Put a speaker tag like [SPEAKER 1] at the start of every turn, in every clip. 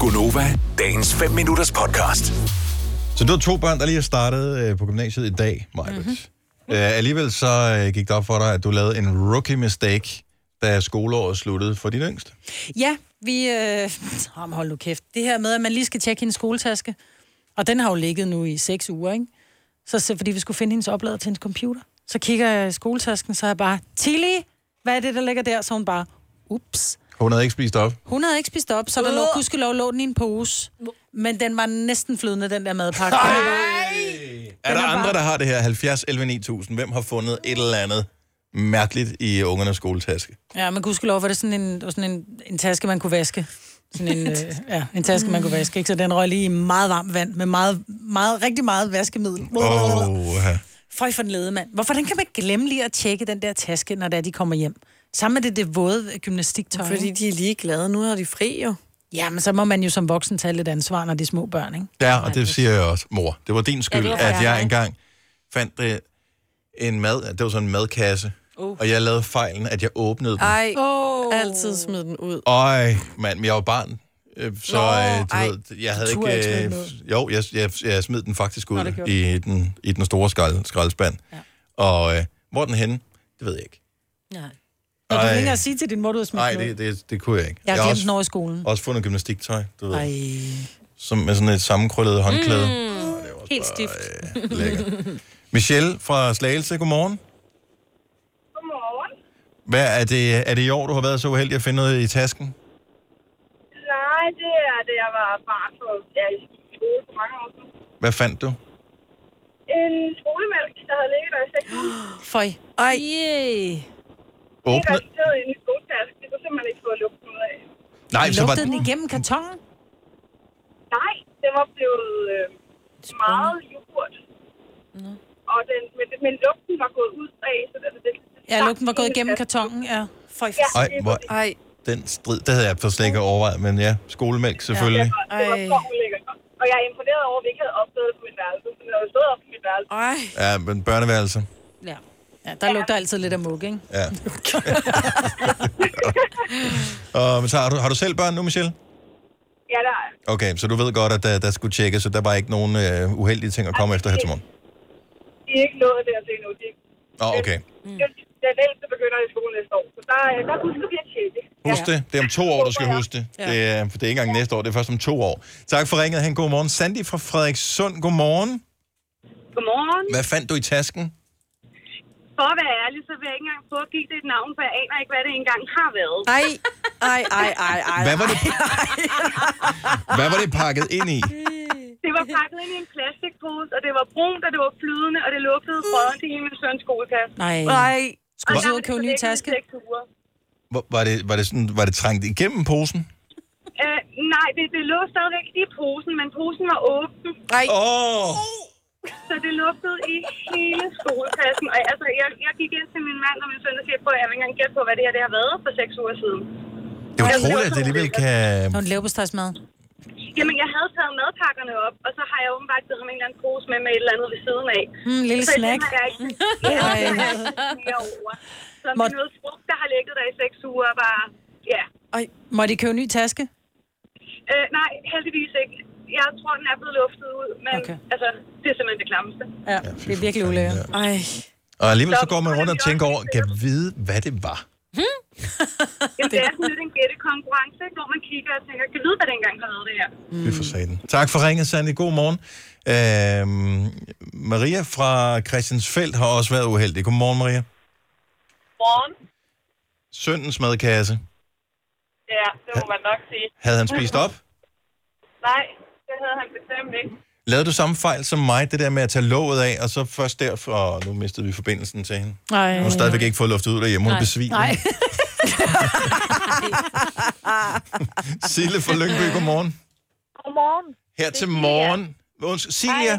[SPEAKER 1] Gunova, dagens 5 minutters podcast.
[SPEAKER 2] Så du har to børn, der lige har startet øh, på gymnasiet i dag, Maja. Mm-hmm. Øh, alligevel så øh, gik det op for dig, at du lavede en rookie mistake, da skoleåret sluttede for din yngste.
[SPEAKER 3] Ja, vi... Øh... Oh, hold nu kæft. Det her med, at man lige skal tjekke hendes skoletaske. Og den har jo ligget nu i seks uger, ikke? Så, så fordi vi skulle finde hendes oplader til hendes computer. Så kigger jeg i skoletasken, så er jeg bare... Tilly, hvad er det, der ligger der? Så hun bare... Ups.
[SPEAKER 2] Hun havde ikke spist op.
[SPEAKER 3] Hun havde ikke spist op, så der lå gudskelov lå den i en pose. Men den var næsten flydende, den der madpakke.
[SPEAKER 2] Er der
[SPEAKER 3] er
[SPEAKER 2] andre,
[SPEAKER 3] bare-
[SPEAKER 2] der har det her 70 11 9000? Hvem har fundet et eller andet mærkeligt i ungernes skoletaske?
[SPEAKER 3] Ja, men gudskelov var det sådan en, det var sådan en, en taske, man kunne vaske. Sådan en, øh, ja, en taske, man kunne vaske, ikke? Så den røg lige i meget varmt vand med meget, meget, rigtig meget vaskemiddel.
[SPEAKER 2] Åh,
[SPEAKER 3] Oh.
[SPEAKER 2] ja.
[SPEAKER 3] Føj for den lede, mand. Hvorfor den kan man glemme lige at tjekke den der taske, når det er, de kommer hjem? Sammen med det, det våde gymnastiktøj.
[SPEAKER 4] Fordi
[SPEAKER 3] Fordi...
[SPEAKER 4] de er ligeglade. Nu har de fri jo.
[SPEAKER 3] Jamen, så må man jo som voksen tage lidt ansvar, når det er små børn, ikke?
[SPEAKER 2] Ja, og det siger jeg også, mor. Det var din skyld, ja,
[SPEAKER 4] det
[SPEAKER 2] var
[SPEAKER 4] var
[SPEAKER 2] at
[SPEAKER 4] jeg.
[SPEAKER 2] jeg engang fandt øh, en mad, det var sådan en madkasse, uh. og jeg lavede fejlen, at jeg åbnede den.
[SPEAKER 4] Ej,
[SPEAKER 3] Åh.
[SPEAKER 4] oh. altid smid den ud.
[SPEAKER 2] Øj, mand, men jeg var barn. øh, Så
[SPEAKER 4] Nå,
[SPEAKER 2] øh, du
[SPEAKER 4] ej,
[SPEAKER 2] ved, jeg havde
[SPEAKER 3] turde ikke
[SPEAKER 2] ikke...
[SPEAKER 3] smide
[SPEAKER 2] Øh,
[SPEAKER 3] noget.
[SPEAKER 2] jo, jeg, jeg, jeg smed den faktisk ud
[SPEAKER 3] det gjorde
[SPEAKER 2] i den, i den store skrald, skraldespand. Ja. Og øh, hvor er den henne? Det ved jeg ikke.
[SPEAKER 4] Nej.
[SPEAKER 3] Når du
[SPEAKER 2] Ej.
[SPEAKER 3] ikke engang sige til din mor, du har smidt
[SPEAKER 2] Nej,
[SPEAKER 3] noget.
[SPEAKER 2] det, det, det kunne jeg ikke.
[SPEAKER 3] Jeg har
[SPEAKER 2] har
[SPEAKER 3] glemt den
[SPEAKER 2] også,
[SPEAKER 3] over i skolen.
[SPEAKER 2] også fundet gymnastiktøj, du ved.
[SPEAKER 3] Ej.
[SPEAKER 2] Som, med sådan et sammenkrøllet håndklæde. Mm,
[SPEAKER 4] Helt stift.
[SPEAKER 2] øh, lækkert. Michelle fra Slagelse, godmorgen.
[SPEAKER 5] Godmorgen.
[SPEAKER 2] Hvad er det, er det i år, du har været så uheldig at finde noget i tasken?
[SPEAKER 5] Nej, det er det, jeg var barn for, ja, i skole for mange år siden.
[SPEAKER 2] Hvad fandt du?
[SPEAKER 5] En skolemælk, der havde ligget der i seks uger.
[SPEAKER 3] Føj.
[SPEAKER 4] Ej,
[SPEAKER 3] Yeah.
[SPEAKER 5] Det
[SPEAKER 2] Åbne?
[SPEAKER 5] resulterede i en ny skoletaske. Det kunne simpelthen ikke få lukket ud af.
[SPEAKER 2] Nej, så var
[SPEAKER 3] Lugtede den
[SPEAKER 2] den...
[SPEAKER 3] igennem kartongen?
[SPEAKER 5] Nej, den var blevet øh, meget yoghurt. Og den, men, men lugten var gået ud af, så det, det, det
[SPEAKER 3] Ja, lugten var gået igennem kartongen, ja. Føj.
[SPEAKER 5] Ja,
[SPEAKER 2] Ej,
[SPEAKER 5] det,
[SPEAKER 2] hvor
[SPEAKER 4] ej,
[SPEAKER 2] den strid, det havde jeg for slet ikke overvejet, men ja, skolemælk selvfølgelig.
[SPEAKER 5] var, det var
[SPEAKER 4] Ej.
[SPEAKER 5] så ulækkert. Og jeg er imponeret over, at vi ikke havde opdaget det på mit værelse. Så når jeg stod op på mit værelse,
[SPEAKER 4] ej.
[SPEAKER 2] Ja, ja men børneværelse.
[SPEAKER 3] Ja. ja, der lugter altid lidt af mug, ikke?
[SPEAKER 2] Ja. Og, men så har, du, har du selv børn nu, Michelle?
[SPEAKER 5] ja, der er
[SPEAKER 2] Okay, så du ved godt, at der, der skulle tjekkes, så der var ikke nogen øh, uheldige ting at komme efter her til morgen.
[SPEAKER 5] de er ikke nået dertil endnu. De,
[SPEAKER 2] Nå, okay.
[SPEAKER 3] Mm.
[SPEAKER 5] Den, den ældste begynder i skole næste år, så der, jeg kan godt huske, at vi har tjekket.
[SPEAKER 2] Husk det. Det er om to år, du skal huske det.
[SPEAKER 4] Ja.
[SPEAKER 2] Det er, det er ikke engang næste år, det er først om to år. Tak for ringet. Han god morgen. Sandy fra Frederikssund, god morgen.
[SPEAKER 5] Godmorgen.
[SPEAKER 2] Hvad fandt du i tasken?
[SPEAKER 5] For at være ærlig, så vil jeg ikke engang prøve at give det et navn, for jeg aner ikke, hvad det engang har været.
[SPEAKER 4] Ej, ej, ej, ej, ej.
[SPEAKER 2] Hvad var det, Hvad var det pakket ind i?
[SPEAKER 5] Det var pakket ind i en plastikpose, og det var brunt, og det var flydende, og det lugtede brødden til hele min søns skolekasse.
[SPEAKER 3] Nej.
[SPEAKER 4] Ej,
[SPEAKER 5] Og
[SPEAKER 3] Skulle du
[SPEAKER 5] der
[SPEAKER 3] så ud
[SPEAKER 5] var
[SPEAKER 3] og
[SPEAKER 5] det
[SPEAKER 3] købe en ny
[SPEAKER 5] forlægget i
[SPEAKER 3] taske?
[SPEAKER 5] seks uger.
[SPEAKER 2] Hvor- Var det, var det, sådan, var det trængt igennem posen?
[SPEAKER 5] Øh, nej, det, det lå stadigvæk i posen, men posen var åben,
[SPEAKER 4] ej.
[SPEAKER 2] Åh! Oh!
[SPEAKER 5] så det lugtede i hele skolekassen. Og altså, jeg, jeg gik ind til min mand og min søn og sagde, på, jeg vil ikke engang gætte på, hvad det her det har været for seks uger siden.
[SPEAKER 2] Det er utroligt, at det alligevel kan...
[SPEAKER 3] Når en leverpostejsmad.
[SPEAKER 5] Jamen, jeg havde taget madpakkerne op, og så har jeg åbenbart givet ham en eller anden pose med med et eller andet ved siden af.
[SPEAKER 3] Mm, en lille
[SPEAKER 5] så
[SPEAKER 3] snack.
[SPEAKER 5] Så jeg ikke ja, det har jeg ikke mere over. Så
[SPEAKER 3] Må-
[SPEAKER 5] Må... noget frugt, der har ligget der i seks uger, var... Ja.
[SPEAKER 3] Ej. Må de købe en ny taske?
[SPEAKER 5] Øh, nej, heldigvis ikke. Jeg tror, den er blevet luftet ud, men
[SPEAKER 3] Okay.
[SPEAKER 5] okay. altså, det er simpelthen det klammeste.
[SPEAKER 3] Ja, ja det er virkelig ulækkert.
[SPEAKER 2] Ja.
[SPEAKER 4] Ej.
[SPEAKER 2] Og alligevel så
[SPEAKER 5] Nå,
[SPEAKER 2] går man
[SPEAKER 5] men
[SPEAKER 2] rundt
[SPEAKER 5] det
[SPEAKER 2] og
[SPEAKER 5] er
[SPEAKER 2] tænker
[SPEAKER 5] også
[SPEAKER 2] over, kan jeg vide, hvad det var?
[SPEAKER 5] Jamen, det er sådan lidt en gættekonkurrence, ikke? hvor man kigger og tænker, kan vide, hvad det engang har været det her?
[SPEAKER 2] Mm. for satan. Tak for ringet, Sandy. God morgen. Øhm, Maria fra Christiansfeldt har også været uheldig. Godmorgen, Maria.
[SPEAKER 5] Morgen.
[SPEAKER 2] Søndens madkasse.
[SPEAKER 5] Ja, det må man nok sige.
[SPEAKER 2] Havde han spist op?
[SPEAKER 5] Nej, det havde han bestemt ikke.
[SPEAKER 2] Lavede du samme fejl som mig, det der med at tage låget af, og så først derfor... Og nu mistede vi forbindelsen til hende.
[SPEAKER 3] Nej.
[SPEAKER 2] Hun har stadigvæk ikke fået luftet ud derhjemme. Hun er besvimet.
[SPEAKER 3] Nej.
[SPEAKER 2] Sille fra Lyngby, godmorgen.
[SPEAKER 5] Godmorgen.
[SPEAKER 2] Her til morgen. Unds- Silja.
[SPEAKER 5] Sille.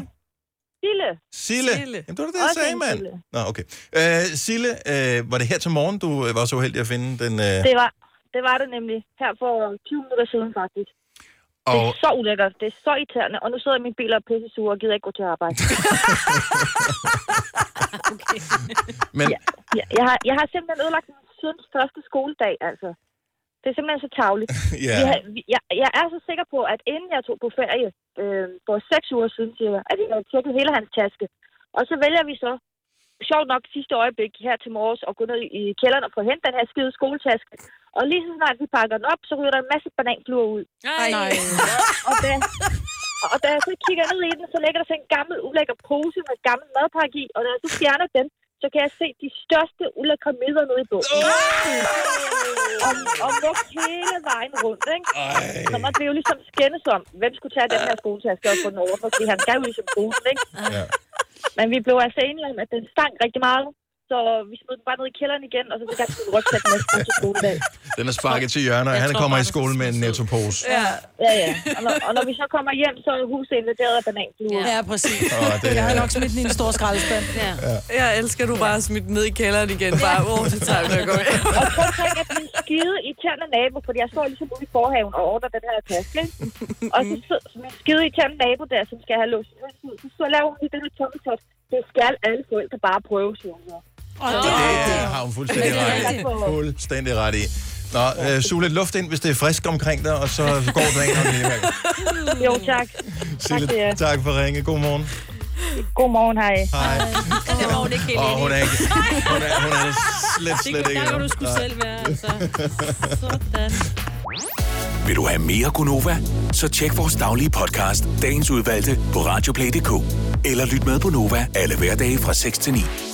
[SPEAKER 2] Sille. Sille.
[SPEAKER 4] Sille.
[SPEAKER 2] Jamen, det var det, jeg
[SPEAKER 5] Også
[SPEAKER 2] sagde,
[SPEAKER 5] en
[SPEAKER 2] mand.
[SPEAKER 5] Sille.
[SPEAKER 2] Nå, okay. Øh, Sille, øh, var det her til morgen, du øh, var så uheldig at finde den? Øh,
[SPEAKER 5] Det var, det var det nemlig her for 20 minutter siden, faktisk. Det
[SPEAKER 2] og
[SPEAKER 5] er så ulækkert. Det er så irriterende. Og nu sidder jeg i min bil og er pisse sur og gider ikke gå til arbejde.
[SPEAKER 2] Men
[SPEAKER 5] Jeg, jeg, har, jeg har simpelthen ødelagt min søns første skoledag, altså.
[SPEAKER 6] Det er simpelthen så tavligt.
[SPEAKER 2] ja.
[SPEAKER 6] Vi havde, vi, jeg, jeg er så sikker på, at inden jeg tog på ferie øh, for seks uger siden, cirka, at jeg havde tjekket hele hans taske. Og så vælger vi så, sjovt nok sidste øjeblik her til morges, at gå ned i kælderen og få hentet den her skide skoletaske. Og lige så snart vi pakker den op, så ryger der en masse bananfluer ud.
[SPEAKER 4] Nej. Nej.
[SPEAKER 6] Og da, og da jeg så kigger ned i den, så ligger der sådan en gammel ulækker pose med en gammel madpakke i. Og når jeg så fjerner den, så kan jeg se de største ulækre midler nede i bunden. Og, og lugt hele vejen rundt, ikke?
[SPEAKER 2] Ej.
[SPEAKER 6] Så måtte vi jo ligesom skændes om, hvem skulle tage den her skoletaske og få den over, fordi han skal jo ligesom bruge den, ikke?
[SPEAKER 2] Ja.
[SPEAKER 6] Men vi blev altså enige om, at den stank rigtig meget, så vi smed den bare ned i kælderen igen, og så fik jeg sådan en rygsæk med til skoledag.
[SPEAKER 2] Den er sparket til hjørne, og
[SPEAKER 7] Jeg
[SPEAKER 2] han
[SPEAKER 7] tror
[SPEAKER 2] kommer
[SPEAKER 7] bare,
[SPEAKER 2] i
[SPEAKER 7] du
[SPEAKER 2] skolen med en
[SPEAKER 7] skal
[SPEAKER 2] nettopose.
[SPEAKER 4] Ja.
[SPEAKER 6] Ja, ja. Og når, og når vi så kommer hjem, så er huset invaderet af bananfluer.
[SPEAKER 3] Ja, præcis.
[SPEAKER 2] Åh, det
[SPEAKER 3] Jeg har
[SPEAKER 2] er-
[SPEAKER 3] nok smidt den i en stor skraldespand.
[SPEAKER 7] Ja.
[SPEAKER 4] Jeg elsker, at du bare smidt den ned i kælderen igen. Bare, åh, det tager jeg, når jeg går med.
[SPEAKER 6] Og så tænker jeg, at min skide irriterende nabo, fordi jeg står ligesom ude i forhaven og ordner den her taske. ikke? Og så sidder min skide irriterende nabo der, som skal have låst sin hus ud, så, så laver hun lige den her tommeltot. Det skal alle forældre bare prøve, siger hun. så.
[SPEAKER 3] Og det,
[SPEAKER 2] Det har hun fuldstændig
[SPEAKER 3] Men det er
[SPEAKER 2] ret i.
[SPEAKER 6] rigtigt.
[SPEAKER 2] Fuldstændig ret i. Nå, øh, sug lidt luft ind, hvis det er frisk omkring dig, og så går det ind. og lige væk.
[SPEAKER 6] Jo, tak. Tak til
[SPEAKER 2] Sille,
[SPEAKER 6] jer.
[SPEAKER 2] tak for ringe. God morgen.
[SPEAKER 6] Godmorgen, hej.
[SPEAKER 2] Hej.
[SPEAKER 7] Det var hun ikke helt
[SPEAKER 2] Åh, hun
[SPEAKER 7] enig.
[SPEAKER 2] er
[SPEAKER 7] i.
[SPEAKER 2] ikke... Hun er, hun er det slet,
[SPEAKER 7] Det
[SPEAKER 2] slet
[SPEAKER 7] kunne
[SPEAKER 2] ikke.
[SPEAKER 7] der, hvor du skulle selv være, altså. Sådan.
[SPEAKER 1] Vil du have mere Gunova? Så tjek vores daglige podcast, dagens udvalgte, på radioplay.dk. Eller lyt med på Nova alle hverdage fra 6 til 9.